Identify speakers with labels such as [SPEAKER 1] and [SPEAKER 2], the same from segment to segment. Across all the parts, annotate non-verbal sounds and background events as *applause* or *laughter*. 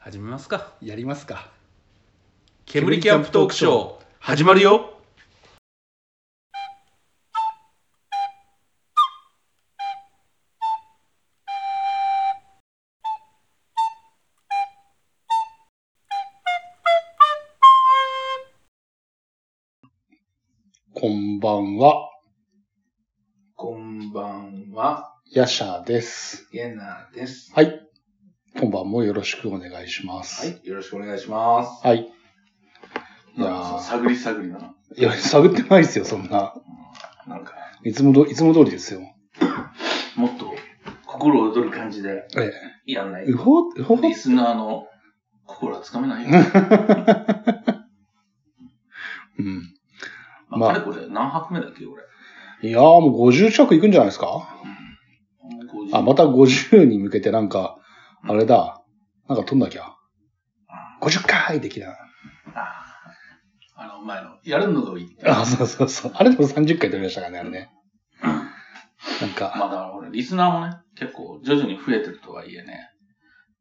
[SPEAKER 1] 始めますか
[SPEAKER 2] やりますか
[SPEAKER 1] 煙キャンプトークショー始まるよ
[SPEAKER 2] こんばんは、
[SPEAKER 3] こんばんは、
[SPEAKER 2] ヤシャです。
[SPEAKER 3] ゲナです。
[SPEAKER 2] はい。今晩もよろしくお願いします。
[SPEAKER 3] はい、よろしくお願いします。
[SPEAKER 2] はい。い
[SPEAKER 3] なんか
[SPEAKER 2] や
[SPEAKER 3] 探り探りだな。
[SPEAKER 2] ーいや、探ってないですよ、そんな。
[SPEAKER 3] なんか、
[SPEAKER 2] いつもど、いつも通りですよ。
[SPEAKER 3] もっと心躍る感じで
[SPEAKER 2] え
[SPEAKER 3] やんな
[SPEAKER 2] え、
[SPEAKER 3] い。
[SPEAKER 2] うほ、うほ、
[SPEAKER 3] リスナーの心はつかめないよ。
[SPEAKER 2] うん。ま
[SPEAKER 3] ま
[SPEAKER 2] あ
[SPEAKER 3] あ、あれこれ何泊目だっけ、俺。
[SPEAKER 2] いやーもう50近く行くんじゃないですか
[SPEAKER 3] 50
[SPEAKER 2] あ、また50に向けてなんか、あれだ。なんか撮んなきゃ。50回的な。
[SPEAKER 3] ああの、前の、やるのがいいって。
[SPEAKER 2] あ、そうそうそう。あれでも30回撮りましたからね、あれね。なんか、
[SPEAKER 3] まだ俺、リスナーもね、結構徐々に増えてるとはいえね、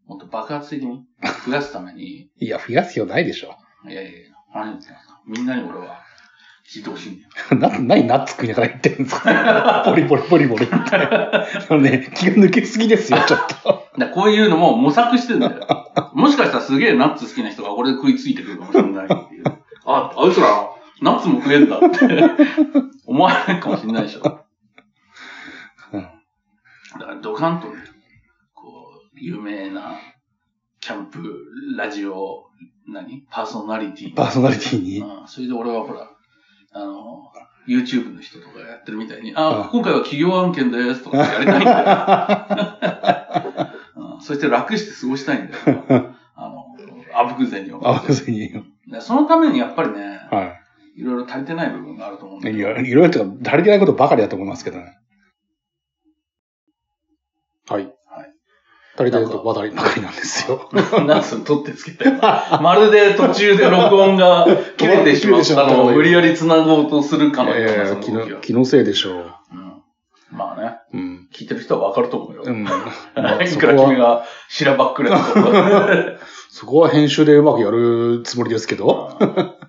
[SPEAKER 3] もっと爆発的に増やすために、 *laughs*
[SPEAKER 2] いや、増やすよないでしょ。
[SPEAKER 3] いやいやいや、何言ってんすか。みんなに俺は聞いてほしいんだよ。
[SPEAKER 2] な、何ナッツ食いながら言ってるんですか *laughs* ポリポリポリポリみたいな。あのね、気が抜けすぎですよ、ちょっと。
[SPEAKER 3] だからこういうのも模索してんだよ。
[SPEAKER 2] *laughs*
[SPEAKER 3] もしかしたらすげえナッツ好きな人がこれで食いついてくるかもしれないっていう。あ、あいつら、ナッツも食えんだって
[SPEAKER 2] *laughs*
[SPEAKER 3] 思われるかもしれないでしょ。だ
[SPEAKER 2] うん
[SPEAKER 3] からドカンとね、こう、有名なキャンプ、ラジオ、何パーソナリティ。
[SPEAKER 2] パーソナリティに。
[SPEAKER 3] うん、それで俺はほら、あの、YouTube の人とかやってるみたいに、
[SPEAKER 2] うん
[SPEAKER 3] あ、今回は企業案件ですとかやりたいんだよ。うん、そして楽して過ごしたいんだよ。あの、あぶく銭を。
[SPEAKER 2] 合わせに。
[SPEAKER 3] でそのためにやっぱりね、
[SPEAKER 2] はい
[SPEAKER 3] ろいろ足りてない部分があると思うんだ
[SPEAKER 2] い。
[SPEAKER 3] け
[SPEAKER 2] い
[SPEAKER 3] ど
[SPEAKER 2] ろいろいろとか、足りてないことばかりだと思いますけどね。はい。足りてないことばかりばかりなんですよ。
[SPEAKER 3] ナースに取ってつけたよ。まるで途中で録音が切れてしまったのを無理やり繋ごうとするか
[SPEAKER 2] い
[SPEAKER 3] のよ
[SPEAKER 2] やいう
[SPEAKER 3] な、
[SPEAKER 2] や
[SPEAKER 3] その
[SPEAKER 2] 気
[SPEAKER 3] 時は
[SPEAKER 2] の、気のせいでしょ
[SPEAKER 3] う
[SPEAKER 2] う。
[SPEAKER 3] んまあね、
[SPEAKER 2] うん。
[SPEAKER 3] 聞いてる人はわかると思うよ。
[SPEAKER 2] うん。ま
[SPEAKER 3] *laughs*
[SPEAKER 2] あ
[SPEAKER 3] い
[SPEAKER 2] そ
[SPEAKER 3] く
[SPEAKER 2] こ
[SPEAKER 3] ら君
[SPEAKER 2] は、
[SPEAKER 3] がしらばっくれたと
[SPEAKER 2] そこは編集でうまくやるつもりですけど。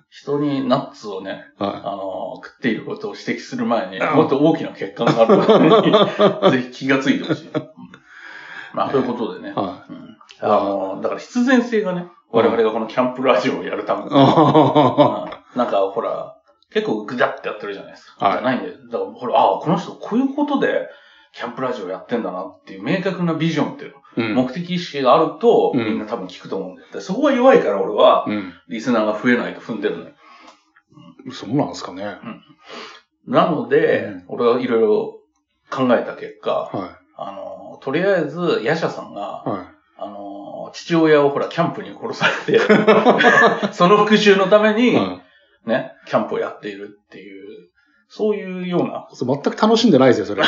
[SPEAKER 3] 人にナッツをね、
[SPEAKER 2] は
[SPEAKER 3] あの食っていることを指摘する前に、
[SPEAKER 2] うん
[SPEAKER 3] もっと大きな欠陥があるのに、 *laughs* ぜひ気がついてほしい。うんまあ、ということで
[SPEAKER 2] い。
[SPEAKER 3] ね、
[SPEAKER 2] は
[SPEAKER 3] うんあのだから必然性がね、我々がこのキャンプラジオをやるために、うん
[SPEAKER 2] い。
[SPEAKER 3] なんかほら、結構グダってやってるじゃないですか。
[SPEAKER 2] はい
[SPEAKER 3] じゃないんで、だからほら、ああ、この人こういうことで、キャンプラジオやってんだなっていう明確なビジョンっていうの
[SPEAKER 2] うん
[SPEAKER 3] 目的意識があると、
[SPEAKER 2] うん
[SPEAKER 3] みんな多分聞くと思うんだよ。でそこが弱いから俺は、
[SPEAKER 2] うん。
[SPEAKER 3] リスナーが増えないと踏んでるのよ。
[SPEAKER 2] そうなんですかね。
[SPEAKER 3] なので、
[SPEAKER 2] うん
[SPEAKER 3] 俺はいろいろ考えた結果、
[SPEAKER 2] は
[SPEAKER 3] あの、とりあえず、ヤシャさん
[SPEAKER 2] い。
[SPEAKER 3] が、
[SPEAKER 2] は
[SPEAKER 3] あの、父親をほら、キャンプに殺さ
[SPEAKER 2] *laughs*
[SPEAKER 3] れて、その復讐のため
[SPEAKER 2] い。
[SPEAKER 3] に、
[SPEAKER 2] うん
[SPEAKER 3] ね、キャンプをやっているっていう、そういうような。
[SPEAKER 2] そう全く楽しんでないですよ、それ。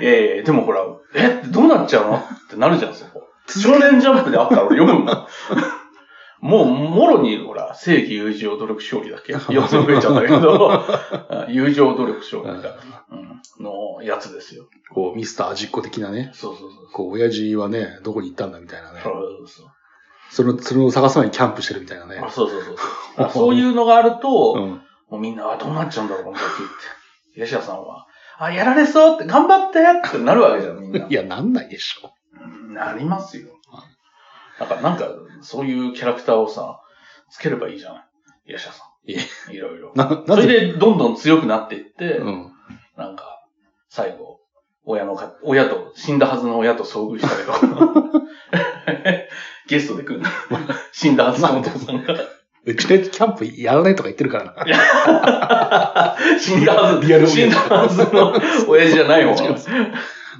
[SPEAKER 3] ええでもほら、えどうなっちゃうのってなるじゃん、そこ。少年ジャンプであったら俺読むも *laughs* ん。もう、もろに、ほら、正義、友情、努力、勝利だっ *laughs* け ?4 つ増えちゃったけ *laughs* ど、友情、努力、勝利だ、うん、のやつですよ。
[SPEAKER 2] こう、ミスター味っ子的なね。
[SPEAKER 3] そうそうそう。
[SPEAKER 2] こう、親父はね、どこに行ったんだみたいなね。
[SPEAKER 3] そうそう
[SPEAKER 2] その、それを探す前にキャンプしてるみたいなね
[SPEAKER 3] そう。。そうそうそうそう。そういうのがあると、
[SPEAKER 2] うん。
[SPEAKER 3] もうみんな、あ、どうなっちゃうんだろう、この時って。吉田さんは、あ、やられそうって、頑張ってってなるわけじゃん、みんな。
[SPEAKER 2] いや、なんないでしょ。
[SPEAKER 3] なりますよ。なんか、なんか、そういうキャラクターをさ、つければいいじゃない吉田さん。
[SPEAKER 2] い
[SPEAKER 3] いろいろ。
[SPEAKER 2] な、な
[SPEAKER 3] そ
[SPEAKER 2] ぜ
[SPEAKER 3] れで、どんどん強くなっていって、
[SPEAKER 2] うん。
[SPEAKER 3] なんか、最後、親のか、親と、死んだはずの親と遭遇したけど、 *laughs* ゲストで来る
[SPEAKER 2] *laughs*
[SPEAKER 3] の。死んだはずのお父さんが。
[SPEAKER 2] うちでキャンプやらないとか言ってるから
[SPEAKER 3] *laughs*
[SPEAKER 2] な。
[SPEAKER 3] 死んだはず、
[SPEAKER 2] リアル
[SPEAKER 3] 死んだはずの親父じゃないも
[SPEAKER 2] *laughs*
[SPEAKER 3] ん。
[SPEAKER 2] 違います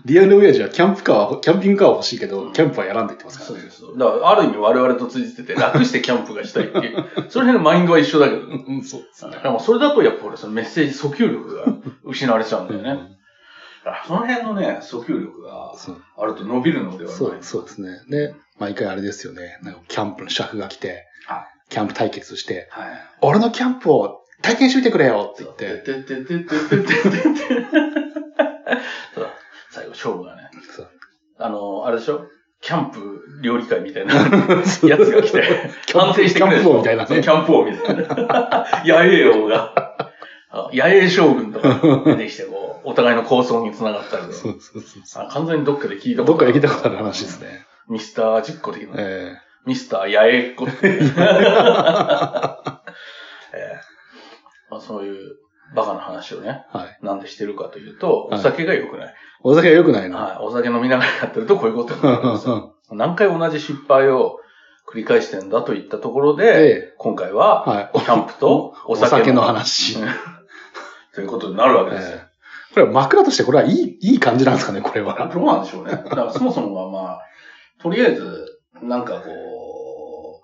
[SPEAKER 2] リアル親父はキャンプカーは、キャンピングカーは欲しいけど、キャンプはやらんと言ってますか
[SPEAKER 3] そう
[SPEAKER 2] ら
[SPEAKER 3] そ
[SPEAKER 2] ね
[SPEAKER 3] う。そう。だから、ある意味我々と通じてて、楽してキャンプがしたいっていう、その辺のマインドは一緒だけどね。
[SPEAKER 2] うん、そうですね
[SPEAKER 3] でもそれだとやっぱ俺そのメッセージ訴求力
[SPEAKER 2] *laughs*
[SPEAKER 3] が失われちゃうんだよね。だからその辺のね、訴求力が
[SPEAKER 2] そう
[SPEAKER 3] あると伸びるのではない
[SPEAKER 2] そうそうですね。で、毎回あれですよね。なんかキャンプのシャフが来て
[SPEAKER 3] はい、
[SPEAKER 2] キャンプ対決して、
[SPEAKER 3] はい。
[SPEAKER 2] 俺のキャンプを体験してみてくれよって言って、
[SPEAKER 3] ててててててててて。そう最後勝負がね。
[SPEAKER 2] そう
[SPEAKER 3] あの、あれでしょキャンプ料理会みた
[SPEAKER 2] *laughs*
[SPEAKER 3] いなやつが来て、安定してくれるでしょ
[SPEAKER 2] キャンプ王みたいなね
[SPEAKER 3] そうキャンプ王みたいな。 *laughs* 野営王が。あ野営将軍と
[SPEAKER 2] *laughs*
[SPEAKER 3] か出てきて、こう、お互いの構想につながったりで。
[SPEAKER 2] そうそうそうそう。
[SPEAKER 3] あ完全にどっかで聞いた
[SPEAKER 2] どっかで聞いた
[SPEAKER 3] こ
[SPEAKER 2] こと
[SPEAKER 3] あ
[SPEAKER 2] とあ
[SPEAKER 3] る
[SPEAKER 2] る話ですね。
[SPEAKER 3] ミスター実行的な。
[SPEAKER 2] え
[SPEAKER 3] ミスター八重っ
[SPEAKER 2] *laughs*
[SPEAKER 3] 子。ええまあ、そういうバカな話をね、
[SPEAKER 2] えはい。
[SPEAKER 3] なんでしてるかというと、
[SPEAKER 2] はい
[SPEAKER 3] お酒が良くない。
[SPEAKER 2] お酒は良くないな。
[SPEAKER 3] はい。お酒飲みながらやってるとこういうことに
[SPEAKER 2] う
[SPEAKER 3] なる
[SPEAKER 2] ん
[SPEAKER 3] んですよ。何回同じ失敗を繰り返してんだといったところ
[SPEAKER 2] *laughs*
[SPEAKER 3] で、
[SPEAKER 2] で、
[SPEAKER 3] 今回は、
[SPEAKER 2] はい。
[SPEAKER 3] キャンプとお
[SPEAKER 2] お
[SPEAKER 3] 酒の
[SPEAKER 2] 酒の話。
[SPEAKER 3] うんということになるわけですよ
[SPEAKER 2] え。えこれは枕としてこれはいい、いい感じなんですかね、これは。
[SPEAKER 3] どうなんでしょうね。だからそもそもはまあ、とりあえず、なんかこ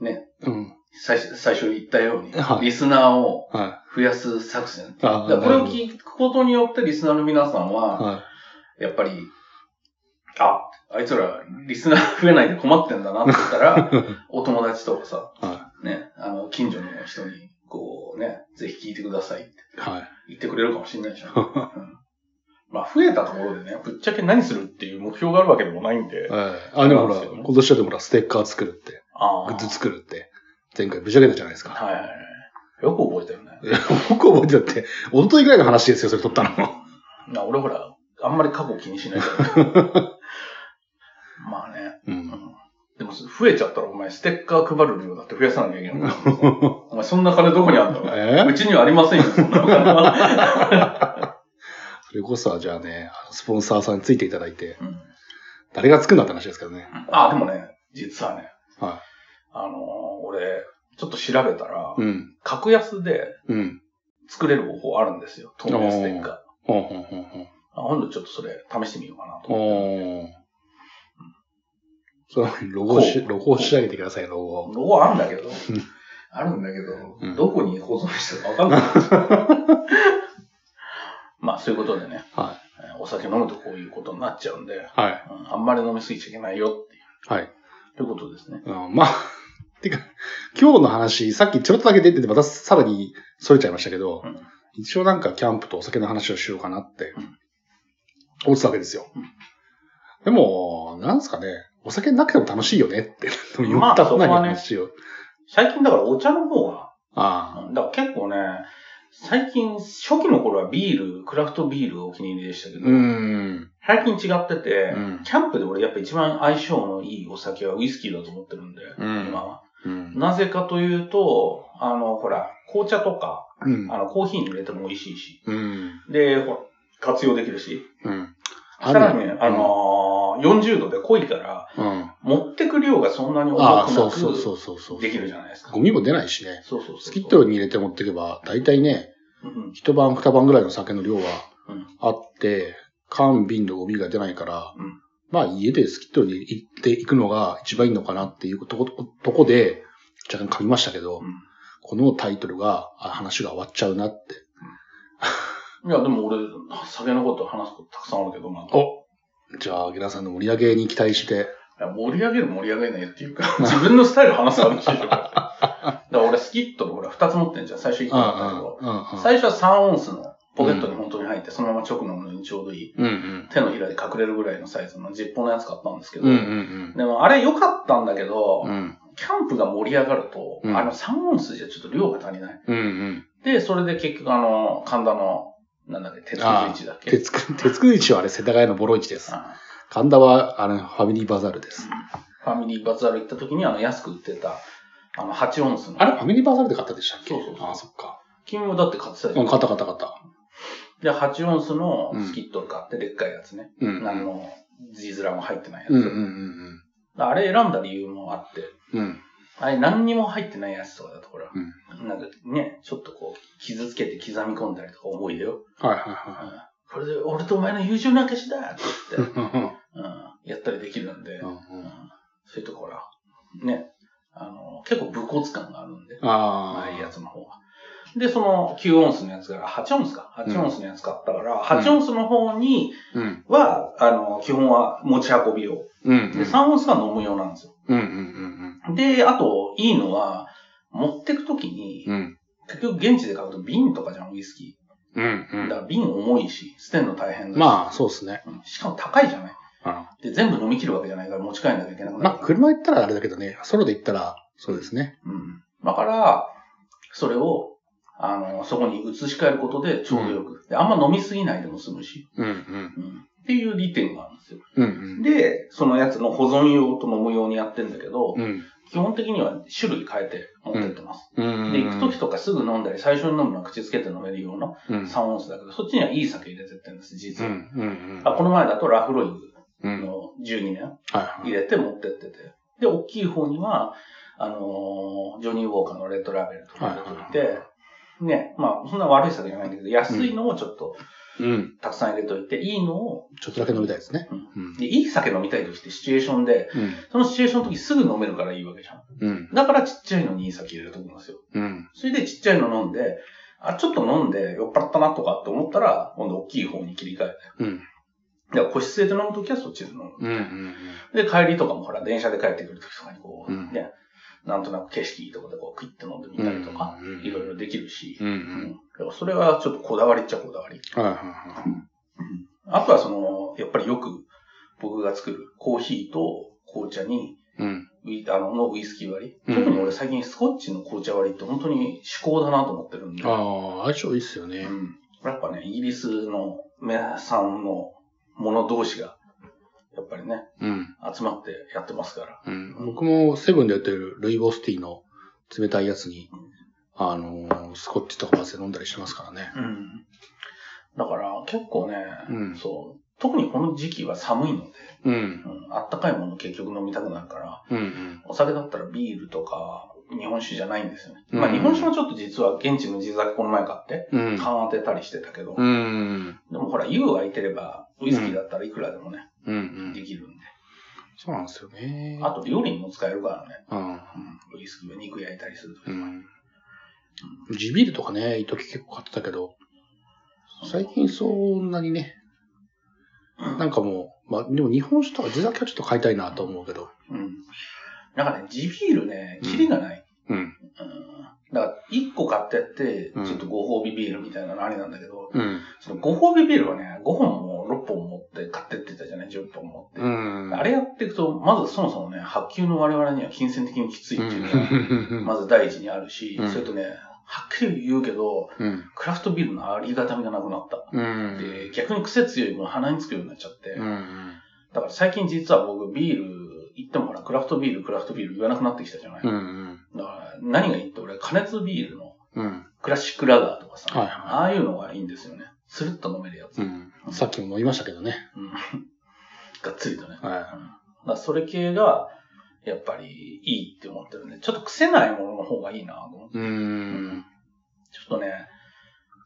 [SPEAKER 3] う、ね、
[SPEAKER 2] うん。
[SPEAKER 3] 最初最初言ったように、
[SPEAKER 2] はい
[SPEAKER 3] リスナーを
[SPEAKER 2] は
[SPEAKER 3] 増やす作戦。
[SPEAKER 2] い。あ
[SPEAKER 3] だからこれを
[SPEAKER 2] い
[SPEAKER 3] 聞くことによってリスナーの皆さんは、
[SPEAKER 2] は
[SPEAKER 3] やっぱり、あ、あいつらリスナー増えないで困ってんだなって言った
[SPEAKER 2] *laughs*
[SPEAKER 3] ら、お友達とかさ、
[SPEAKER 2] い。は
[SPEAKER 3] ね、あの、近所の人に、こうね、ぜひ聞いてくださいって
[SPEAKER 2] い。はい。
[SPEAKER 3] 言ってくれるかもしれないじ
[SPEAKER 2] *laughs*
[SPEAKER 3] ゃん。うんまあ、増えたところでね、ぶっちゃけ何するっていう目標があるわけでもないんで
[SPEAKER 2] え、えあ、でもほ
[SPEAKER 3] そうなんで
[SPEAKER 2] ら、
[SPEAKER 3] すよね
[SPEAKER 2] 今年だってほら、ステッカー作るって、
[SPEAKER 3] あ
[SPEAKER 2] グ
[SPEAKER 3] あ
[SPEAKER 2] ッズ作るって、前回ぶち上げたじゃないですか。
[SPEAKER 3] はいはいはい。よく覚えたよね。
[SPEAKER 2] え僕覚えてたって、一昨日ぐらいの話ですよ、それ撮った
[SPEAKER 3] *laughs*
[SPEAKER 2] の。
[SPEAKER 3] な俺ほら、あんまり過去気にしないから。
[SPEAKER 2] *laughs*
[SPEAKER 3] まあね。
[SPEAKER 2] う。
[SPEAKER 3] うんんでも、増えちゃったらお前、ステッカー配る量だって増やさなきゃいけない。お前、そんな金どこにあんだろう
[SPEAKER 2] ええ
[SPEAKER 3] うちにはありませんよ、そんな金。
[SPEAKER 2] それこそはじゃあね、あのスポンサーさんについていただいて、
[SPEAKER 3] うん
[SPEAKER 2] 誰が作るんだって話ですけどね。
[SPEAKER 3] *laughs* あ、でもね、実はね、
[SPEAKER 2] は
[SPEAKER 3] あのー俺、ちょっと調べたら
[SPEAKER 2] い。、うん。
[SPEAKER 3] 格安で
[SPEAKER 2] うん。
[SPEAKER 3] 作れる方法あるんですよ。透明ステッカー。あ
[SPEAKER 2] ほんほんほんほん。
[SPEAKER 3] 今度ちょっとそれ試してみようかなと思って。
[SPEAKER 2] おー。そのロゴをし、
[SPEAKER 3] こう
[SPEAKER 2] ロゴを仕上げてください、ロゴを。
[SPEAKER 3] ロゴあるんだけど、あるんだけど、
[SPEAKER 2] うん
[SPEAKER 3] どこに保存したかわかんない。
[SPEAKER 2] *laughs*
[SPEAKER 3] まあ、そういうことでね、
[SPEAKER 2] は
[SPEAKER 3] えーお酒飲むとこういうことになっちゃうんで、う
[SPEAKER 2] い。はい。
[SPEAKER 3] んあんまり飲みすぎちゃいけないよっていう
[SPEAKER 2] はい。
[SPEAKER 3] ということですね。
[SPEAKER 2] うん、まあ、 *laughs* てか、今日の話、さっきちょろっとだけ出てて、またさらに逸れちゃいましたけど、
[SPEAKER 3] うん
[SPEAKER 2] 一応なんかキャンプとお酒の話をしようかなって
[SPEAKER 3] うん、
[SPEAKER 2] 思ってたわけですよ。
[SPEAKER 3] うん
[SPEAKER 2] でも、なんですかね、お酒なくても楽しいよねって、 *laughs* 言ったくない話を。
[SPEAKER 3] 最近だからお茶の方が、
[SPEAKER 2] あ
[SPEAKER 3] うんだから結構ね、最近、初期の頃はビール、クラフトビールお気に入りでしたけど、
[SPEAKER 2] あ。うん。
[SPEAKER 3] 最近違ってて、
[SPEAKER 2] うん
[SPEAKER 3] キャンプで俺やっぱ一番相性のいいお酒はウイスキーだと思ってるんで、
[SPEAKER 2] うん
[SPEAKER 3] 今は。
[SPEAKER 2] うん。
[SPEAKER 3] なぜかというと、あの、ほら、紅茶とか、
[SPEAKER 2] うん
[SPEAKER 3] あ。の、コーヒーに入れても美味しいし。
[SPEAKER 2] うん。
[SPEAKER 3] で、ほら、活用できるし。
[SPEAKER 2] うん。
[SPEAKER 3] さらにね、あのー40度で濃いから、
[SPEAKER 2] うん。
[SPEAKER 3] 持ってく量がそんなに重
[SPEAKER 2] ああ、
[SPEAKER 3] く
[SPEAKER 2] そ
[SPEAKER 3] な
[SPEAKER 2] うそうそう
[SPEAKER 3] く
[SPEAKER 2] そうそう。
[SPEAKER 3] できるじゃないですか。
[SPEAKER 2] ゴミも出ないしね。
[SPEAKER 3] そうそうそう。
[SPEAKER 2] スキットに入れて持っていけば、だいたいね、
[SPEAKER 3] うん
[SPEAKER 2] 一晩二晩ぐらいの酒の量は
[SPEAKER 3] うん
[SPEAKER 2] あって、缶瓶のゴミが出ないから、
[SPEAKER 3] うん
[SPEAKER 2] まあ家でスキットに行っていくのが一番いいのかなっていうとことこで、若干書きましたけど、
[SPEAKER 3] う
[SPEAKER 2] このタイトルが、あ話が終わっちゃうなって。
[SPEAKER 3] ん。いや、でも俺、酒のこと話すことたくさんあるけど、まあ、
[SPEAKER 2] おじゃあ、ゲラさんの盛り上げに期待して、
[SPEAKER 3] いや盛り上げる盛り上げないっていうか、 *laughs* 自分のスタイル話す話でしょ。だから俺、スキットル、ほら、2つ持ってんじゃん。最初1
[SPEAKER 2] う
[SPEAKER 3] 個
[SPEAKER 2] ん
[SPEAKER 3] だったけど、
[SPEAKER 2] うんうん
[SPEAKER 3] 最初は3オンスのポケットに本当に入って、そのまま直飲むのにちょうどいい。
[SPEAKER 2] うんうん
[SPEAKER 3] 手のひらで隠れるぐらいのサイズのジッポーのやつ買ったんですけど、
[SPEAKER 2] うんうん
[SPEAKER 3] でもあれ良かったんだけど、
[SPEAKER 2] うんうん
[SPEAKER 3] キャンプが盛り上がると、
[SPEAKER 2] うん
[SPEAKER 3] あの3オンスじゃちょっと量が足りない。
[SPEAKER 2] うんうん
[SPEAKER 3] で、それで結局あの、神田の、なんだっけ、鉄の市だっけ。
[SPEAKER 2] 鉄く、鉄く市はあれ、世田谷のボロ市です。
[SPEAKER 3] あ
[SPEAKER 2] 神田は、あれ、ファミリーバザールです。
[SPEAKER 3] ファミリーバザール行った時にあの、安く売ってた、あの、8オンスの。
[SPEAKER 2] あれ、ファミリーバザールで買ったでしたっけ
[SPEAKER 3] そうそうそう
[SPEAKER 2] あ、そっか。
[SPEAKER 3] 君もだって買ってたじ
[SPEAKER 2] う
[SPEAKER 3] ゃん
[SPEAKER 2] ん、。買った買った買った。
[SPEAKER 3] で、8オンスのスキットル買って、でっかいやつね。
[SPEAKER 2] うん。う
[SPEAKER 3] 何
[SPEAKER 2] ん
[SPEAKER 3] の字面も入ってないやつ。
[SPEAKER 2] うんうん
[SPEAKER 3] あれ選んだ理由もあって、
[SPEAKER 2] うん。うん。
[SPEAKER 3] あれ何にも入ってないやつとかだとほら、
[SPEAKER 2] う
[SPEAKER 3] なんかね、ちょっとこう、傷つけて刻み込んだりとか思い出よ。
[SPEAKER 2] はいはいは
[SPEAKER 3] これで俺とお前の友情なんかしだって
[SPEAKER 2] い
[SPEAKER 3] 言って、うん、やったりできるんで、
[SPEAKER 2] う
[SPEAKER 3] うん
[SPEAKER 2] うんんうん。
[SPEAKER 3] そういうところは、ね、あの、結構武骨感があるんで、あ
[SPEAKER 2] あ
[SPEAKER 3] あいうや
[SPEAKER 2] あ。
[SPEAKER 3] つの方が。で、その9オンスのやつから、8オンスか。8オンスのやつ買ったから、8オンスの方に
[SPEAKER 2] うん。
[SPEAKER 3] は、あの、基本は持ち運び用。
[SPEAKER 2] うんうん。
[SPEAKER 3] で、3オンスが飲む用なんですよ。
[SPEAKER 2] うんうんうん
[SPEAKER 3] で、あと、いいのは、持ってくときに
[SPEAKER 2] うん。う、ん。
[SPEAKER 3] 結局現地で買うと瓶とかじゃん、ウイスキ
[SPEAKER 2] うんう
[SPEAKER 3] ー。だ
[SPEAKER 2] ん。
[SPEAKER 3] から瓶重いし、捨てるの大変だし。
[SPEAKER 2] まあ、そうですね。
[SPEAKER 3] うんしかも高いじゃない。
[SPEAKER 2] うう
[SPEAKER 3] で、全部飲み切るわけじゃないから持ち帰んなきゃいけなく
[SPEAKER 2] ん。
[SPEAKER 3] な
[SPEAKER 2] ま
[SPEAKER 3] る
[SPEAKER 2] あ、。車行ったらあれだけどね、ソロで行ったら、そうですね。
[SPEAKER 3] うん。だから、それを、あの、そこに移し替えることでちょうどよく。で、あんま飲みすぎないでも済むし。
[SPEAKER 2] うんうん。
[SPEAKER 3] うん。っていう利点があるんですよ。
[SPEAKER 2] うんうん。
[SPEAKER 3] で、そのやつの保存用と飲む用にやってんだけど、
[SPEAKER 2] うん。
[SPEAKER 3] 基本的には種類変えて持ってってます。
[SPEAKER 2] うん。
[SPEAKER 3] で、行くときとかすぐ飲んだり、最初に飲むのは口つけて飲めるような
[SPEAKER 2] うん。
[SPEAKER 3] 3オンスだけど、そっちにはいい酒入れてってんです、実
[SPEAKER 2] うん
[SPEAKER 3] は。
[SPEAKER 2] うん。
[SPEAKER 3] あこの前だとラフロイグ
[SPEAKER 2] うん。はい
[SPEAKER 3] の12年
[SPEAKER 2] はい
[SPEAKER 3] 入。れて持ってってて。で、大きい方には、あのージョニー・ウォーカーのレッドラベルとか入れといて、ね、まあ、そんな悪い酒じゃないんだけど、安いのをちょっと
[SPEAKER 2] うん。
[SPEAKER 3] たくさん入れといて、いいのを、
[SPEAKER 2] ちょっとだけ飲みたいですね。
[SPEAKER 3] うん
[SPEAKER 2] うん。
[SPEAKER 3] で、いい酒飲みたい時ってシチュエーションで、
[SPEAKER 2] うん。
[SPEAKER 3] そのシチュエーションの時すぐ飲めるからいいわけじゃん。
[SPEAKER 2] うん。
[SPEAKER 3] だからちっちゃいのにいい酒入れとくんですよ。
[SPEAKER 2] うん。
[SPEAKER 3] それでちっちゃいの飲んで、あ、ちょっと飲んで酔っ払ったなとかって思ったら、今度大きい方に切り替え
[SPEAKER 2] うん。
[SPEAKER 3] て。で、個室で飲むときはそっちで飲む。
[SPEAKER 2] うん。うん。
[SPEAKER 3] で、帰りとかもほら、電車で帰ってくるときとかにこう、
[SPEAKER 2] うん
[SPEAKER 3] ね、なんとなく景色いいとこでこう、クイッて飲んでみたりとか、
[SPEAKER 2] うん
[SPEAKER 3] いろいろできるし、
[SPEAKER 2] うん。う。
[SPEAKER 3] うんんだからそれはちょっとこだわりっちゃこだわり。
[SPEAKER 2] はいはいはい。
[SPEAKER 3] あとはその、やっぱりよく僕が作るコーヒーと紅茶に、
[SPEAKER 2] うん。
[SPEAKER 3] ウイあの、のウイスキー割り。
[SPEAKER 2] うん
[SPEAKER 3] 特に俺最近スコッチの紅茶割りって本当に至高だなと思ってるんで。
[SPEAKER 2] ああ、相性いいっすよね。
[SPEAKER 3] うん。やっぱね、イギリスの皆さんのもの同士が、やっぱりね、
[SPEAKER 2] うん。
[SPEAKER 3] 集まってやってますから。
[SPEAKER 2] うん。僕もセブンで売ってるルイボスティーの冷たいやつに、あのースコッチとか混ぜて飲んだりしてますからね。
[SPEAKER 3] うん。だから、結構ね、
[SPEAKER 2] うん
[SPEAKER 3] そう、特にこの時期は寒いので、
[SPEAKER 2] うん。
[SPEAKER 3] うん、あったかいもの結局飲みたくなるから、
[SPEAKER 2] うんうん。
[SPEAKER 3] お酒だったらビールとか、日本酒じゃないんですよね。
[SPEAKER 2] うん
[SPEAKER 3] まあ日本酒もちょっと実は現地の地酒この前買って、
[SPEAKER 2] うん。
[SPEAKER 3] 缶当てたりしてたけど、
[SPEAKER 2] うん。
[SPEAKER 3] でもほら、湯が空いてれば、ウイスキーだったらいくらでもね、
[SPEAKER 2] うんうん。
[SPEAKER 3] できるんで。
[SPEAKER 2] そうなんですよね。
[SPEAKER 3] あと料理にも使えるからね。
[SPEAKER 2] うん。
[SPEAKER 3] ウイスキーは肉焼いたりすると
[SPEAKER 2] う
[SPEAKER 3] き
[SPEAKER 2] ん。地ビールとかね、一時結構買ってたけど、最近そんなにね、なんかもう、まあでも日本酒とか地酒はちょっと買いたいなと思うけど。
[SPEAKER 3] うん。なんかね、地ビールね、キリがない。
[SPEAKER 2] うん。
[SPEAKER 3] うん。だから、1個買ってって、ち
[SPEAKER 2] うん
[SPEAKER 3] ょっとご褒美ビールみたいなのありなんだけど、
[SPEAKER 2] うん。
[SPEAKER 3] そのご褒美ビールはね、5本も6本持って買ってってたじゃない ?10 本持って。
[SPEAKER 2] うん。
[SPEAKER 3] あれやっていくと、まずそもそもね、発給の我々には金銭的にきついっていうのが、
[SPEAKER 2] う
[SPEAKER 3] まず第一にあるし、
[SPEAKER 2] うん
[SPEAKER 3] それとね、はっきり言うけど、
[SPEAKER 2] ん。
[SPEAKER 3] クラフトビールのありがたみがなくなった。
[SPEAKER 2] うん。
[SPEAKER 3] で、逆に癖強い分鼻につくようになっちゃって、
[SPEAKER 2] うん。
[SPEAKER 3] だから最近実は僕ビール、言ってもほら、クラフトビール、クラフトビール言わなくなってきたじゃない、
[SPEAKER 2] う
[SPEAKER 3] だ
[SPEAKER 2] ん。
[SPEAKER 3] から何がいいって俺、加熱ビールの
[SPEAKER 2] うん。
[SPEAKER 3] クラシックラガーとかさ、
[SPEAKER 2] はいはい
[SPEAKER 3] ああいうのがいいんですよね。スルッと飲めるやつ。
[SPEAKER 2] うん。さっきも飲みましたけどね。
[SPEAKER 3] うん *laughs* がっつりとね。だか
[SPEAKER 2] は
[SPEAKER 3] らそれ系が、やっぱりいいって思ってるんで、ちょっと癖ないものの方がいいなと思って。
[SPEAKER 2] い。うん。
[SPEAKER 3] ちょっとね、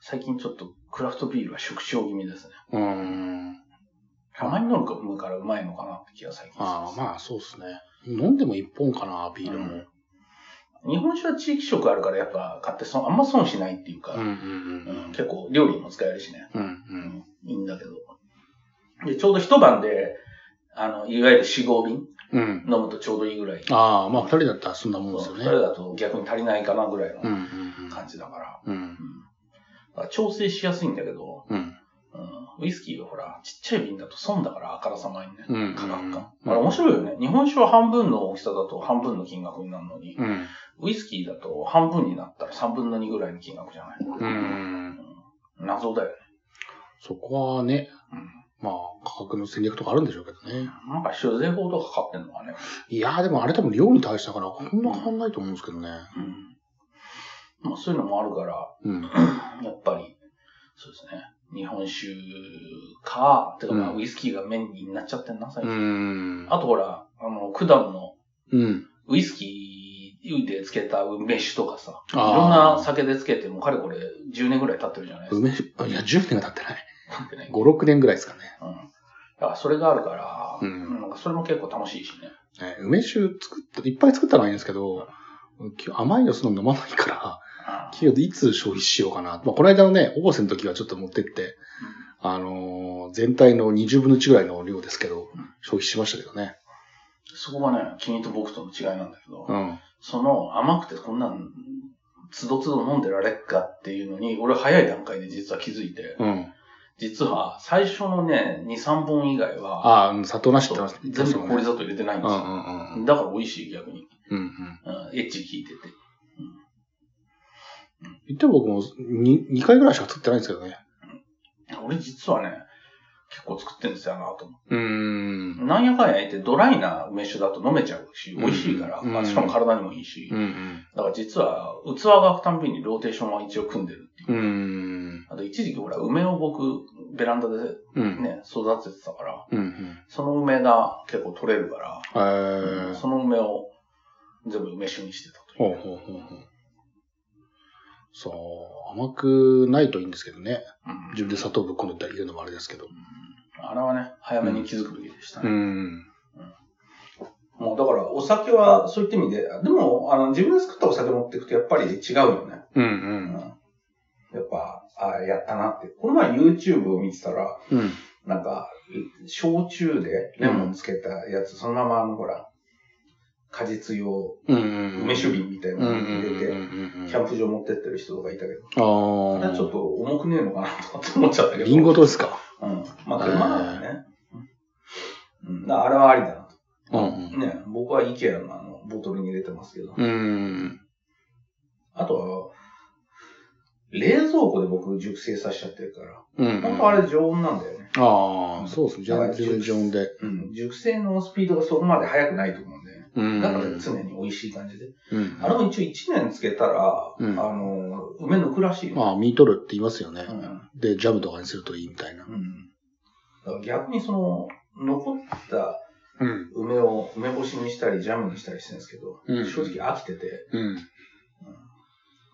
[SPEAKER 3] 最近ちょっとクラフトビールは縮小気味ですね。
[SPEAKER 2] うん。
[SPEAKER 3] たまに飲むからうまいのかなって気が最近しま
[SPEAKER 2] あ
[SPEAKER 3] す
[SPEAKER 2] あ、まあそうですね。飲んでも一本かな、ビールも。
[SPEAKER 3] 日本酒は地域色あるからやっぱ買ってそんあんま損しないっていうか、
[SPEAKER 2] うんう
[SPEAKER 3] うん
[SPEAKER 2] ん
[SPEAKER 3] 結構料理も使えるしね、
[SPEAKER 2] うん。うん
[SPEAKER 3] いいんだけど。で、ちょうど一晩で、あの、いわゆる4、5瓶
[SPEAKER 2] うん。うん。
[SPEAKER 3] 飲むとちょうどいいぐらい。
[SPEAKER 2] ああ、まあ二人だったらそんなもんですよ
[SPEAKER 3] そ
[SPEAKER 2] ね。
[SPEAKER 3] れだと逆に足りないかなぐらいの
[SPEAKER 2] うん
[SPEAKER 3] 感じだから。
[SPEAKER 2] うんうん。
[SPEAKER 3] うんだから調整しやすいんだけど、
[SPEAKER 2] うん。
[SPEAKER 3] うん、ウイスキーがほら、ちっちゃい瓶だと損だからあからさまにね。
[SPEAKER 2] うん。
[SPEAKER 3] 価格感。
[SPEAKER 2] う
[SPEAKER 3] あれ
[SPEAKER 2] ん
[SPEAKER 3] 面白いよね。日本酒は半分の大きさだと半分の金額になるのに、
[SPEAKER 2] うん。
[SPEAKER 3] ウイスキーだと半分になったら3分の2ぐらいの金額じゃない。
[SPEAKER 2] うん。
[SPEAKER 3] 謎だよね。
[SPEAKER 2] そこはね、
[SPEAKER 3] う
[SPEAKER 2] まあ価格の戦略とかあるんでしょうけどね。
[SPEAKER 3] ん。なんか酒税法とかかかってんのかね。
[SPEAKER 2] いやーでもあれ多分量に対してだからこんな変わんないと思うんですけど
[SPEAKER 3] う
[SPEAKER 2] ね。
[SPEAKER 3] ん。まあそういうのもあるから、
[SPEAKER 2] うん。
[SPEAKER 3] やっぱり、そうですね。日本酒か、てかまあ
[SPEAKER 2] うん
[SPEAKER 3] ウイスキーがメインになっちゃってんな、最
[SPEAKER 2] う
[SPEAKER 3] 近。
[SPEAKER 2] ん。
[SPEAKER 3] あとほら、あの、果物の
[SPEAKER 2] うん。
[SPEAKER 3] ウイスキーで漬けた梅酒とかさ、い
[SPEAKER 2] あー
[SPEAKER 3] ろんな酒で漬けて、もうかれこれ10年ぐらい経ってるじゃないですか。
[SPEAKER 2] 梅酒、あいや、10年は経ってない。
[SPEAKER 3] なんてね
[SPEAKER 2] 5、6年ぐらいですかね。
[SPEAKER 3] うん。だからそれがあるから、
[SPEAKER 2] うん
[SPEAKER 3] なんかそれも結構楽しいしね。
[SPEAKER 2] ね梅酒作った、いっぱい作ったのはいいんですけど、き甘いのその飲まないから、きいつ消費しようかな。まあ、この間のね、オボセの時はちょっと持ってって、あのー全体の20分の1ぐらいの量ですけど
[SPEAKER 3] うん、
[SPEAKER 2] 消費しましたけどね。
[SPEAKER 3] そこがね、君と僕との違いなんだけど、
[SPEAKER 2] うん。
[SPEAKER 3] その甘くてこんなん、つどつど飲んでられっかっていうのに、俺早い段階で実は気づいて、
[SPEAKER 2] うん。
[SPEAKER 3] 実は最初のね、2、3本以外は、
[SPEAKER 2] ああ、うん砂糖なしって
[SPEAKER 3] そう
[SPEAKER 2] 話
[SPEAKER 3] 全部氷
[SPEAKER 2] だ。
[SPEAKER 3] 砂糖入れてないん
[SPEAKER 2] うん
[SPEAKER 3] で
[SPEAKER 2] う
[SPEAKER 3] す
[SPEAKER 2] ん
[SPEAKER 3] よ。
[SPEAKER 2] うんうん。
[SPEAKER 3] だから美味しい、逆に。
[SPEAKER 2] うんう
[SPEAKER 3] う
[SPEAKER 2] ん。
[SPEAKER 3] ん、エッジ効いてて。
[SPEAKER 2] 言っても僕も 2, 2回ぐらいしか作ってないんですけどね。
[SPEAKER 3] 俺実はね、結構作ってんですよなと思
[SPEAKER 2] うー
[SPEAKER 3] って。
[SPEAKER 2] ん。
[SPEAKER 3] なんやかんや言ってドライな梅酒だと飲めちゃうし、美味しいから、
[SPEAKER 2] うん
[SPEAKER 3] まあしかも体にもいいし、
[SPEAKER 2] うんうん。
[SPEAKER 3] だから実は器が空くたんびにローテーションは一応組んでるっていう。
[SPEAKER 2] うーん。
[SPEAKER 3] あと一時期ほら、梅を僕、ベランダで
[SPEAKER 2] うん。
[SPEAKER 3] ね、育ててたから、
[SPEAKER 2] うんうん。
[SPEAKER 3] その梅が結構取れるから、
[SPEAKER 2] えー。
[SPEAKER 3] その梅を全部梅酒にしてたとい
[SPEAKER 2] ほう
[SPEAKER 3] う。
[SPEAKER 2] ほうほうほう。そう、甘くないといいんですけどね。
[SPEAKER 3] うん
[SPEAKER 2] 自分で砂糖ぶっ込んでったら入れるのもあれですけど。
[SPEAKER 3] あれはね、早めに気づくべきでしたね。
[SPEAKER 2] ん。
[SPEAKER 3] もうだから、お酒はそういった意味で、でも、あの、自分で作ったお酒持っていくとやっぱり違うよね。
[SPEAKER 2] うんう。
[SPEAKER 3] うんんやっぱ、あやったなって。この前 YouTube を見てたら、
[SPEAKER 2] うん。
[SPEAKER 3] なんか、焼酎でレモンつけたやつ、そのままあの、ほら、果実用
[SPEAKER 2] うん。
[SPEAKER 3] 梅酒瓶みたい
[SPEAKER 2] うん
[SPEAKER 3] な
[SPEAKER 2] う
[SPEAKER 3] の
[SPEAKER 2] ん
[SPEAKER 3] に入
[SPEAKER 2] う
[SPEAKER 3] れて、
[SPEAKER 2] ん。
[SPEAKER 3] キャンプ場持ってってる人とかいたけど、
[SPEAKER 2] あ
[SPEAKER 3] あれ
[SPEAKER 2] あ
[SPEAKER 3] はちょっと重くねえのかなとかって思っちゃったけど。
[SPEAKER 2] リンゴとですか
[SPEAKER 3] うん。まあ、車なんだよね。うん。だからあれはありだなと。
[SPEAKER 2] うん
[SPEAKER 3] ね、僕は IKEA のあの、ボトルに入れてますけど。
[SPEAKER 2] うん。うん。
[SPEAKER 3] あとは、冷蔵庫で僕熟成させちゃってるから、
[SPEAKER 2] うん。
[SPEAKER 3] 本当あれ常温なんだよね。
[SPEAKER 2] ああ、そうですね。じゃあ、全然常温で。
[SPEAKER 3] うん。熟成のスピードがそこまで速くないと思うんで、ね、
[SPEAKER 2] うん。
[SPEAKER 3] だから常に美味しい感じで。
[SPEAKER 2] うん。
[SPEAKER 3] あれも一応1年つけたら、
[SPEAKER 2] うん
[SPEAKER 3] あの、梅抜くらしいよ。
[SPEAKER 2] まあ、ミートルって言いますよね
[SPEAKER 3] う。ん。
[SPEAKER 2] で、ジャムとかにするといいみたいな。
[SPEAKER 3] うん。だから逆にその、残った
[SPEAKER 2] うん。
[SPEAKER 3] 梅を梅干しにしたりジャムにしたりしてるんですけど、
[SPEAKER 2] うん
[SPEAKER 3] 正直飽きてて、
[SPEAKER 2] うん。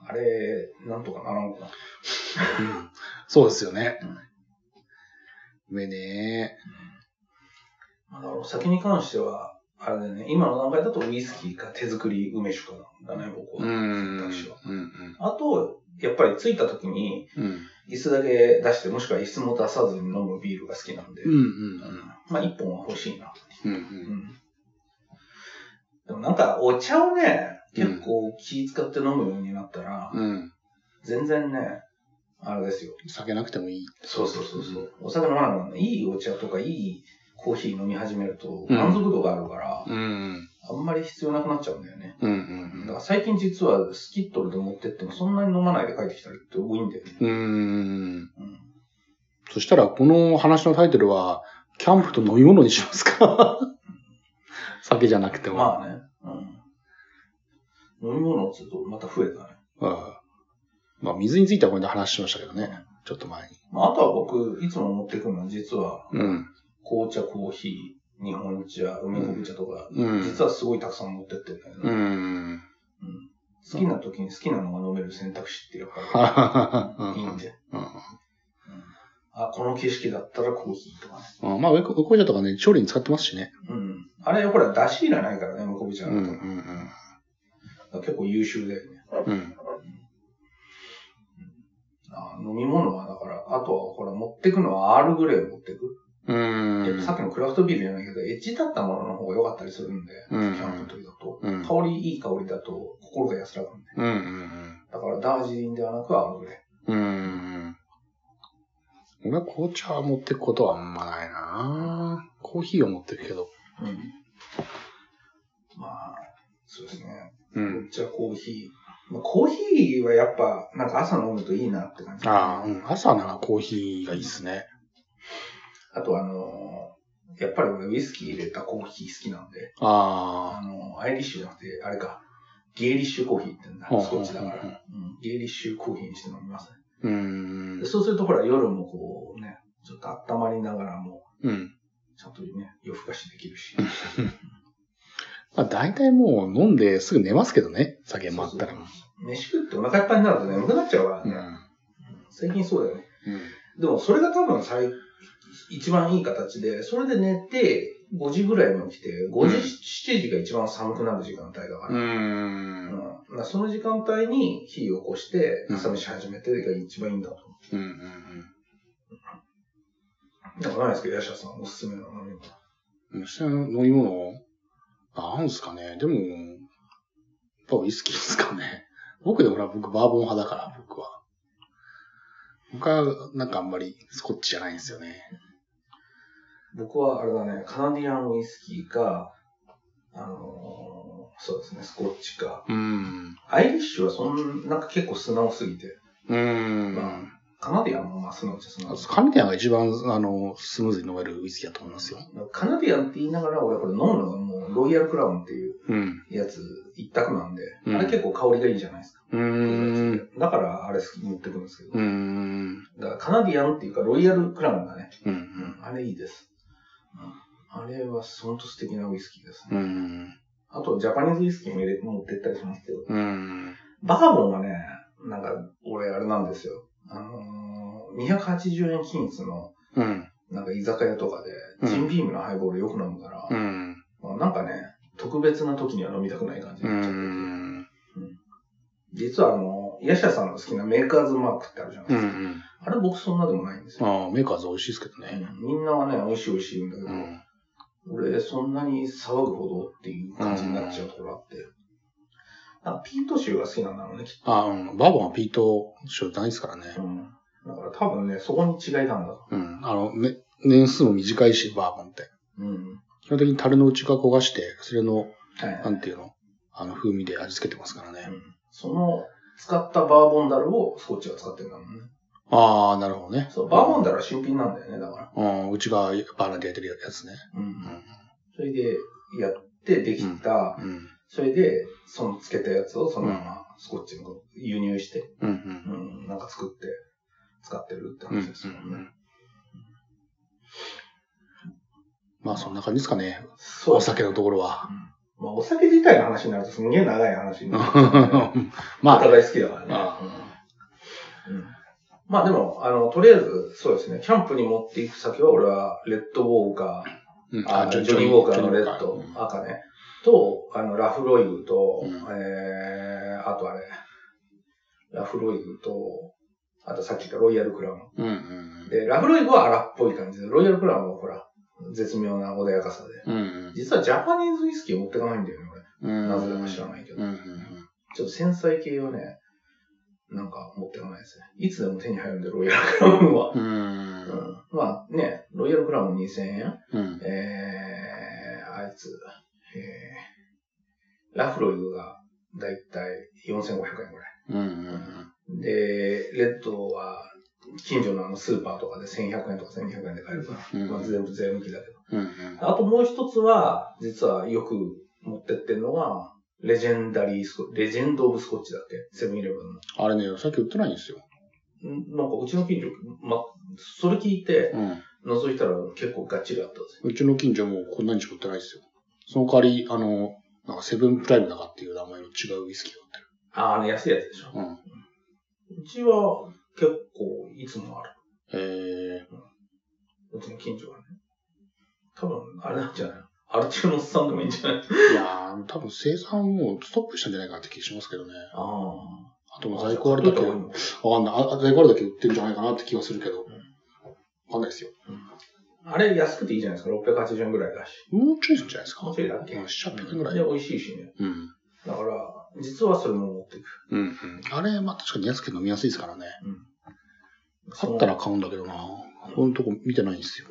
[SPEAKER 3] あれ、なんとかならんかな。
[SPEAKER 2] うんそうですよね
[SPEAKER 3] うん。
[SPEAKER 2] 梅ね。
[SPEAKER 3] まあだからお酒に関しては、あれだよね、今の段階だとウイスキーか手作り梅酒かなんだね、僕
[SPEAKER 2] う
[SPEAKER 3] は。
[SPEAKER 2] ん。うん
[SPEAKER 3] 私は
[SPEAKER 2] うん。
[SPEAKER 3] あと、やっぱり着いた時に、
[SPEAKER 2] うん。
[SPEAKER 3] 椅子だけ出して、もしくは椅子も出さずに飲むビールが好きなんで、
[SPEAKER 2] うん
[SPEAKER 3] まあ一本は欲しいな。
[SPEAKER 2] うんうん。う
[SPEAKER 3] うんん。でもなんかお茶をね、結構気使って飲むようになったら、
[SPEAKER 2] うん。うん。
[SPEAKER 3] 全然ね、あれですよ。
[SPEAKER 2] 酒なくてもいい。
[SPEAKER 3] そうそうそうそう。お酒飲まなくなる。いいお茶とかいいコーヒー飲み始めると
[SPEAKER 2] うん
[SPEAKER 3] 満足度があるから、
[SPEAKER 2] うん。
[SPEAKER 3] あんまり必要なくなっちゃうんだよね。
[SPEAKER 2] うん
[SPEAKER 3] だ
[SPEAKER 2] う
[SPEAKER 3] か
[SPEAKER 2] ん
[SPEAKER 3] ら最近実はスキットルで持ってってもそんなに飲まないで帰ってきたりって多いんだよね。
[SPEAKER 2] うん。うん。
[SPEAKER 3] うん
[SPEAKER 2] そしたら、この話のタイトルは、キャンプと飲み物にします *laughs* か酒じゃなくても。
[SPEAKER 3] まあね。うん。飲み物っつうとまた増えたね。
[SPEAKER 2] うんまあ、水についてはこれで話しましたけどね。ちょっと前に。
[SPEAKER 3] まああとは僕、いつも持ってくるのは実は
[SPEAKER 2] うん。
[SPEAKER 3] 紅茶、コーヒー、日本茶、梅昆布茶とか、
[SPEAKER 2] うん。
[SPEAKER 3] 実はすごいたくさん持ってってんだけど、
[SPEAKER 2] うん
[SPEAKER 3] うん好きな時に好きなのが飲める選択肢ってやっ
[SPEAKER 2] うん。
[SPEAKER 3] ぱりいいんで。うんあ、この景色だったらコーヒーとかね。
[SPEAKER 2] うんまあ、ウコウコジャとかね、調理に使ってますしね。
[SPEAKER 3] うん。あれ、ほら、出し入れないからね、向こうち
[SPEAKER 2] う
[SPEAKER 3] ゃ
[SPEAKER 2] んうんん
[SPEAKER 3] と。だから結構優秀だよね。
[SPEAKER 2] うん。うん。
[SPEAKER 3] あ飲み物は、だから、あとは、ほら、持ってくのはアールグレー持ってく。
[SPEAKER 2] う
[SPEAKER 3] やっぱ
[SPEAKER 2] ん
[SPEAKER 3] さっきのクラフトビールじゃないけど、エッジだったものの方が良かったりするんで、
[SPEAKER 2] うん
[SPEAKER 3] キャンプの時だと。
[SPEAKER 2] うん。
[SPEAKER 3] 香り、いい香りだと、心が安らぐんで。
[SPEAKER 2] うんうん
[SPEAKER 3] だから、ダージリンではなくアールグレ
[SPEAKER 2] うん。うん。俺は紅茶は持ってくことはあんまないなコーヒーを持ってくけど。
[SPEAKER 3] ー。うん。まあ、そうですね。
[SPEAKER 2] うん。
[SPEAKER 3] お茶、コーヒー。まあ、コーヒーはやっぱ、なんか朝飲むといいなって感じ。
[SPEAKER 2] ああ、うん。朝ならコーヒーがいいっすね。
[SPEAKER 3] あとあのーやっぱり俺ウイスキー入れたコーヒー好きなんで、
[SPEAKER 2] あ
[SPEAKER 3] あのーアイリッシュじゃなくて、あれか、ゲイリッシュコーヒーって言うんだ
[SPEAKER 2] ほう、
[SPEAKER 3] スコッチだか
[SPEAKER 2] ほうほ
[SPEAKER 3] ら。うんゲイリッシュコーヒーにして飲みますね。
[SPEAKER 2] あ。うん
[SPEAKER 3] で。そうするとほら夜もこうね、ちょっと温まりながらも、
[SPEAKER 2] うん。
[SPEAKER 3] ちゃんとね、夜更かしできるし。
[SPEAKER 2] まあ大体もう飲んですぐ寝ますけどね。酒もあったら。
[SPEAKER 3] そうそう飯食ってお腹いっぱいになると眠くなっちゃうから
[SPEAKER 2] う
[SPEAKER 3] ね。
[SPEAKER 2] ん。
[SPEAKER 3] 最近そうだよね。
[SPEAKER 2] うん。
[SPEAKER 3] でもそれが多分最、一番いい形で、それで寝て、5時ぐらいに起きて、5時、
[SPEAKER 2] うん
[SPEAKER 3] 7時が一番寒くなる時間帯だから。
[SPEAKER 2] うん。
[SPEAKER 3] うん、だからその時間帯に火を起こして、
[SPEAKER 2] うん
[SPEAKER 3] 朝飯始めてが一番いいんだと思
[SPEAKER 2] うん。うん。
[SPEAKER 3] う。なんかないですけど、ヤシャさんおすすめの飲み物。
[SPEAKER 2] 虫の飲み物なんすかねでも、やっ *laughs* ぱウイスキーですかね。僕でほら、僕バーボン派だから、僕は。他、なんかあんまりスコッチじゃないんですよね。
[SPEAKER 3] 僕はあれだね、カナディアンウイスキーか、あのーそうですね、スコッチか。
[SPEAKER 2] うん。
[SPEAKER 3] アイリッシュはそんなんか結構素直すぎて、
[SPEAKER 2] うん。
[SPEAKER 3] カナディアンもまあ素直っちゃ素直です
[SPEAKER 2] カナディアンが一番、あの、スムーズに飲めるウイスキーだと思いますよ。
[SPEAKER 3] カナディアンって言いながら、俺これ飲むのがもうロイヤルクラウンっていう
[SPEAKER 2] うん。
[SPEAKER 3] やつ一択なんで、
[SPEAKER 2] うん
[SPEAKER 3] あれ結構香りがいいじゃないですか。
[SPEAKER 2] うーん。
[SPEAKER 3] だからあれ好きに持ってくるんですけど、
[SPEAKER 2] うーん。
[SPEAKER 3] だからカナディアンっていうかロイヤルクラウンがね、
[SPEAKER 2] う。
[SPEAKER 3] うんんあれいいです。うんあれは本当素敵なウイスキーですね。
[SPEAKER 2] うん。
[SPEAKER 3] あと、ジャパニーズウイスキーも入れ持ってったりしますけど、
[SPEAKER 2] うん。
[SPEAKER 3] バーボンはね、なんか、俺あれなんですよ。あのー、280円均一の、
[SPEAKER 2] うん。
[SPEAKER 3] なんか居酒屋とか
[SPEAKER 2] う
[SPEAKER 3] で、
[SPEAKER 2] ん
[SPEAKER 3] ジンビームのハイボールよく飲むから、
[SPEAKER 2] うん。
[SPEAKER 3] まあなんかね、特別な時には飲みたくない感じ
[SPEAKER 2] う
[SPEAKER 3] になっちゃってて、
[SPEAKER 2] ん。
[SPEAKER 3] 実はあの、ヤシャさんの好きなメーカーズマークってあるじゃないで
[SPEAKER 2] う
[SPEAKER 3] すか。
[SPEAKER 2] ん。
[SPEAKER 3] あれ僕そんなでもないんですよ。
[SPEAKER 2] ああ、メーカーズ美味しいですけどね。
[SPEAKER 3] うんみんなはね、美味しい美味しい言うんだけど、
[SPEAKER 2] うん。
[SPEAKER 3] 俺、そんなに騒ぐほどっていう感じになっちゃうところあって。なんかピート臭が好きなんだろうね、きっ
[SPEAKER 2] ああ、うん。バーボンはピート種ないですからね。
[SPEAKER 3] と。うん。だから多分ね、そこに違いなんだと。
[SPEAKER 2] うん。あの、ね、年数も短いし、バーボンって。
[SPEAKER 3] うん。は
[SPEAKER 2] 基本的に樽の内側焦がして、それの、
[SPEAKER 3] い。
[SPEAKER 2] なんていうの、あの、風味で味付けてますからね。
[SPEAKER 3] その、使ったバーボンダルをスコッチが使ってるんだもんね。
[SPEAKER 2] ああ、なるほどね。
[SPEAKER 3] そう、バーボンダルは新品なんだよね、だから。
[SPEAKER 2] うん、うちがバーナーでやってるやつね。
[SPEAKER 3] うん。それで、やってできた、
[SPEAKER 2] うん。うん。
[SPEAKER 3] それで、そのつけたやつをそのままスコッチの輸入して、
[SPEAKER 2] うん。
[SPEAKER 3] うん、なんか作って、使ってるって
[SPEAKER 2] うん。うん。
[SPEAKER 3] 話ですもんね。
[SPEAKER 2] うんまあ、そんな感じですかね。
[SPEAKER 3] そう
[SPEAKER 2] お酒のところは。 *laughs*
[SPEAKER 3] まあ、お酒自体の話になるとすんげえ長い話になる、
[SPEAKER 2] *laughs*
[SPEAKER 3] ね。お
[SPEAKER 2] まあ、
[SPEAKER 3] 互い好きだからね。
[SPEAKER 2] あ
[SPEAKER 3] うんうんまあでも、あの、とりあえず、そうですね、キャンプに持っていく先は、俺は、レッドウォーカ
[SPEAKER 2] うん
[SPEAKER 3] ー、あジョニーウォーカーのレッ
[SPEAKER 2] ジョ
[SPEAKER 3] ド
[SPEAKER 2] ニーウォー、カー
[SPEAKER 3] 赤ね、と、あの、ラフロイグと、
[SPEAKER 2] うん
[SPEAKER 3] えー、あとあれ、ラフロイグと、あとさっき言ったロイヤルクラウン。
[SPEAKER 2] うん。うん。
[SPEAKER 3] で、ラフロイグは荒っぽい感じで、ロイヤルクラウンはほら、絶妙な穏やかさで。
[SPEAKER 2] うん。うん。
[SPEAKER 3] 実はジャパニーズウイスキーを持ってかないんだよね、俺。
[SPEAKER 2] うん。
[SPEAKER 3] なぜだか知らないけど
[SPEAKER 2] うん。うん
[SPEAKER 3] ちょっと繊細系はね、なんか持ってかないですね。いつでも手に入るんで、ロイヤルクラウンは。
[SPEAKER 2] う。
[SPEAKER 3] うんん、まあね、ロイヤルクラウン2000円、
[SPEAKER 2] うん。
[SPEAKER 3] えー、あいつ、えー、ラフロイグがだいたい4500円ぐら
[SPEAKER 2] うん。うん。
[SPEAKER 3] い。で、レッドは近所のあのスーパーとかで1100円とか1200円で買えるから、
[SPEAKER 2] うん
[SPEAKER 3] まあ全部税抜きだけど。
[SPEAKER 2] うん。
[SPEAKER 3] あともう一つは、実はよく持ってってんのが、レジェンダリースコレジェンド・オブ・スコッチだっけセブンイレブンの。
[SPEAKER 2] あれね、さっき売ってないんですよ。
[SPEAKER 3] んなんかうちの近所、ま、それ聞いて、
[SPEAKER 2] うん。
[SPEAKER 3] 覗いたら結構ガッチリあったんですよ。
[SPEAKER 2] うちの近所もこんなにしか売ってないですよ。その代わり、あの、なんかセブンプライムだかっていう名前の違うウイスキーを
[SPEAKER 3] ああの、安いやつでしょ。
[SPEAKER 2] 売ってる。
[SPEAKER 3] うちは結構いつもある。
[SPEAKER 2] うん。え
[SPEAKER 3] うちの近所はね。多分、あれなんじゃないアルチューノスさんでもいいんじゃない
[SPEAKER 2] ー、いやー、多分生産もうストップしたんじゃないかなって気しますけどね。
[SPEAKER 3] ああ。
[SPEAKER 2] あともう在庫あるだけ、わか
[SPEAKER 3] うん
[SPEAKER 2] んない。あ在庫あるだけ売ってるんじゃないかなって気はするけど。わかんないですよ。
[SPEAKER 3] あれ安くていいじゃないですか。680円ぐらいだし。
[SPEAKER 2] もうちょいするんじゃないですか。
[SPEAKER 3] もうちょいだっけ
[SPEAKER 2] うん、7、800円ぐらい。
[SPEAKER 3] で、
[SPEAKER 2] うん。
[SPEAKER 3] 美味しいしね。
[SPEAKER 2] うん。
[SPEAKER 3] だから、実はそれも持っていく。
[SPEAKER 2] うん。あれ、まあ確かに安くて飲みやすいですからね。買ったら買うんだけどな。このとこ見てないんですよ。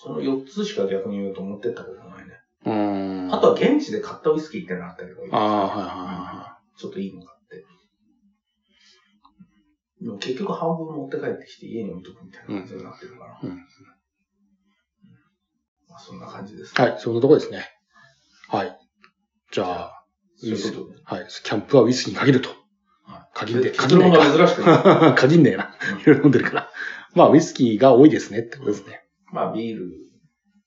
[SPEAKER 3] そうその4つしか逆に言うと持ってったことないね。
[SPEAKER 2] うーん。
[SPEAKER 3] あとは現地で買ったウイスキーってのあったけど、
[SPEAKER 2] ああ、はいはいはい。
[SPEAKER 3] ちょっといいの買って。でも結局半分持って帰ってきて家に置いとくみたいな感じになってるから。
[SPEAKER 2] うん
[SPEAKER 3] まあ、そんな感じです、
[SPEAKER 2] はい、そんなとこですね。はい。じ
[SPEAKER 3] じ
[SPEAKER 2] ゃ
[SPEAKER 3] ゃ
[SPEAKER 2] あ、
[SPEAKER 3] そういうことで。
[SPEAKER 2] はい、キャンプはウイスキーに限ると。
[SPEAKER 3] は
[SPEAKER 2] 限んねえ、
[SPEAKER 3] 結
[SPEAKER 2] 限んね
[SPEAKER 3] 論
[SPEAKER 2] え
[SPEAKER 3] が珍しくない。
[SPEAKER 2] か。 *laughs* 限んねえな。いろいろ飲んでるから。まあ、ウイスキーが多いですねってことですね。
[SPEAKER 3] *laughs* まあ、ビール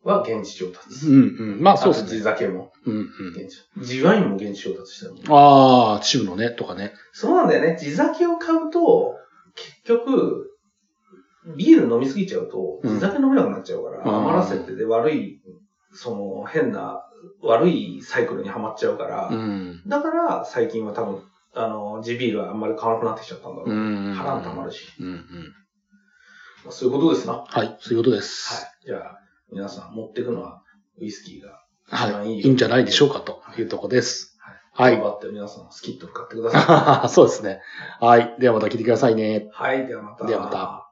[SPEAKER 3] は現地調達。
[SPEAKER 2] うんうん。まあ、そうで
[SPEAKER 3] あと
[SPEAKER 2] す
[SPEAKER 3] 地
[SPEAKER 2] ね。
[SPEAKER 3] 酒も
[SPEAKER 2] うんうん。
[SPEAKER 3] 現地。地ワインも現地調達してるもん
[SPEAKER 2] ああ、チブのね、とかね。
[SPEAKER 3] そうなんだよね。地酒を買うと、結局、ビール飲みすぎちゃうと、
[SPEAKER 2] う
[SPEAKER 3] 地
[SPEAKER 2] ん
[SPEAKER 3] 酒飲めなくなっちゃうから、
[SPEAKER 2] あー
[SPEAKER 3] 余らせてで悪い、その変な、悪いサイクルにはまっちゃうから、
[SPEAKER 2] うん。
[SPEAKER 3] だから最近は多分、あの、地ビールはあんまり買わなくなってきちゃったんだろう
[SPEAKER 2] う
[SPEAKER 3] ね。
[SPEAKER 2] ん。
[SPEAKER 3] 腹も溜まるし。
[SPEAKER 2] うんうん。
[SPEAKER 3] まあそういうことですな。は
[SPEAKER 2] はい、そういうことです。
[SPEAKER 3] い。じゃあ、皆さん持ってくのは、ウイスキーが。
[SPEAKER 2] はい
[SPEAKER 3] まあいい
[SPEAKER 2] い。
[SPEAKER 3] よ
[SPEAKER 2] いいんじゃないでしょうかというとこです。 *laughs* はい
[SPEAKER 3] 頑張って皆さん、
[SPEAKER 2] *laughs*
[SPEAKER 3] スキットル買ってくだ
[SPEAKER 2] は
[SPEAKER 3] さ
[SPEAKER 2] はははそうですね。はい。ではまた聞いてくださいね。
[SPEAKER 3] い。はい、ではまた。
[SPEAKER 2] ではまた。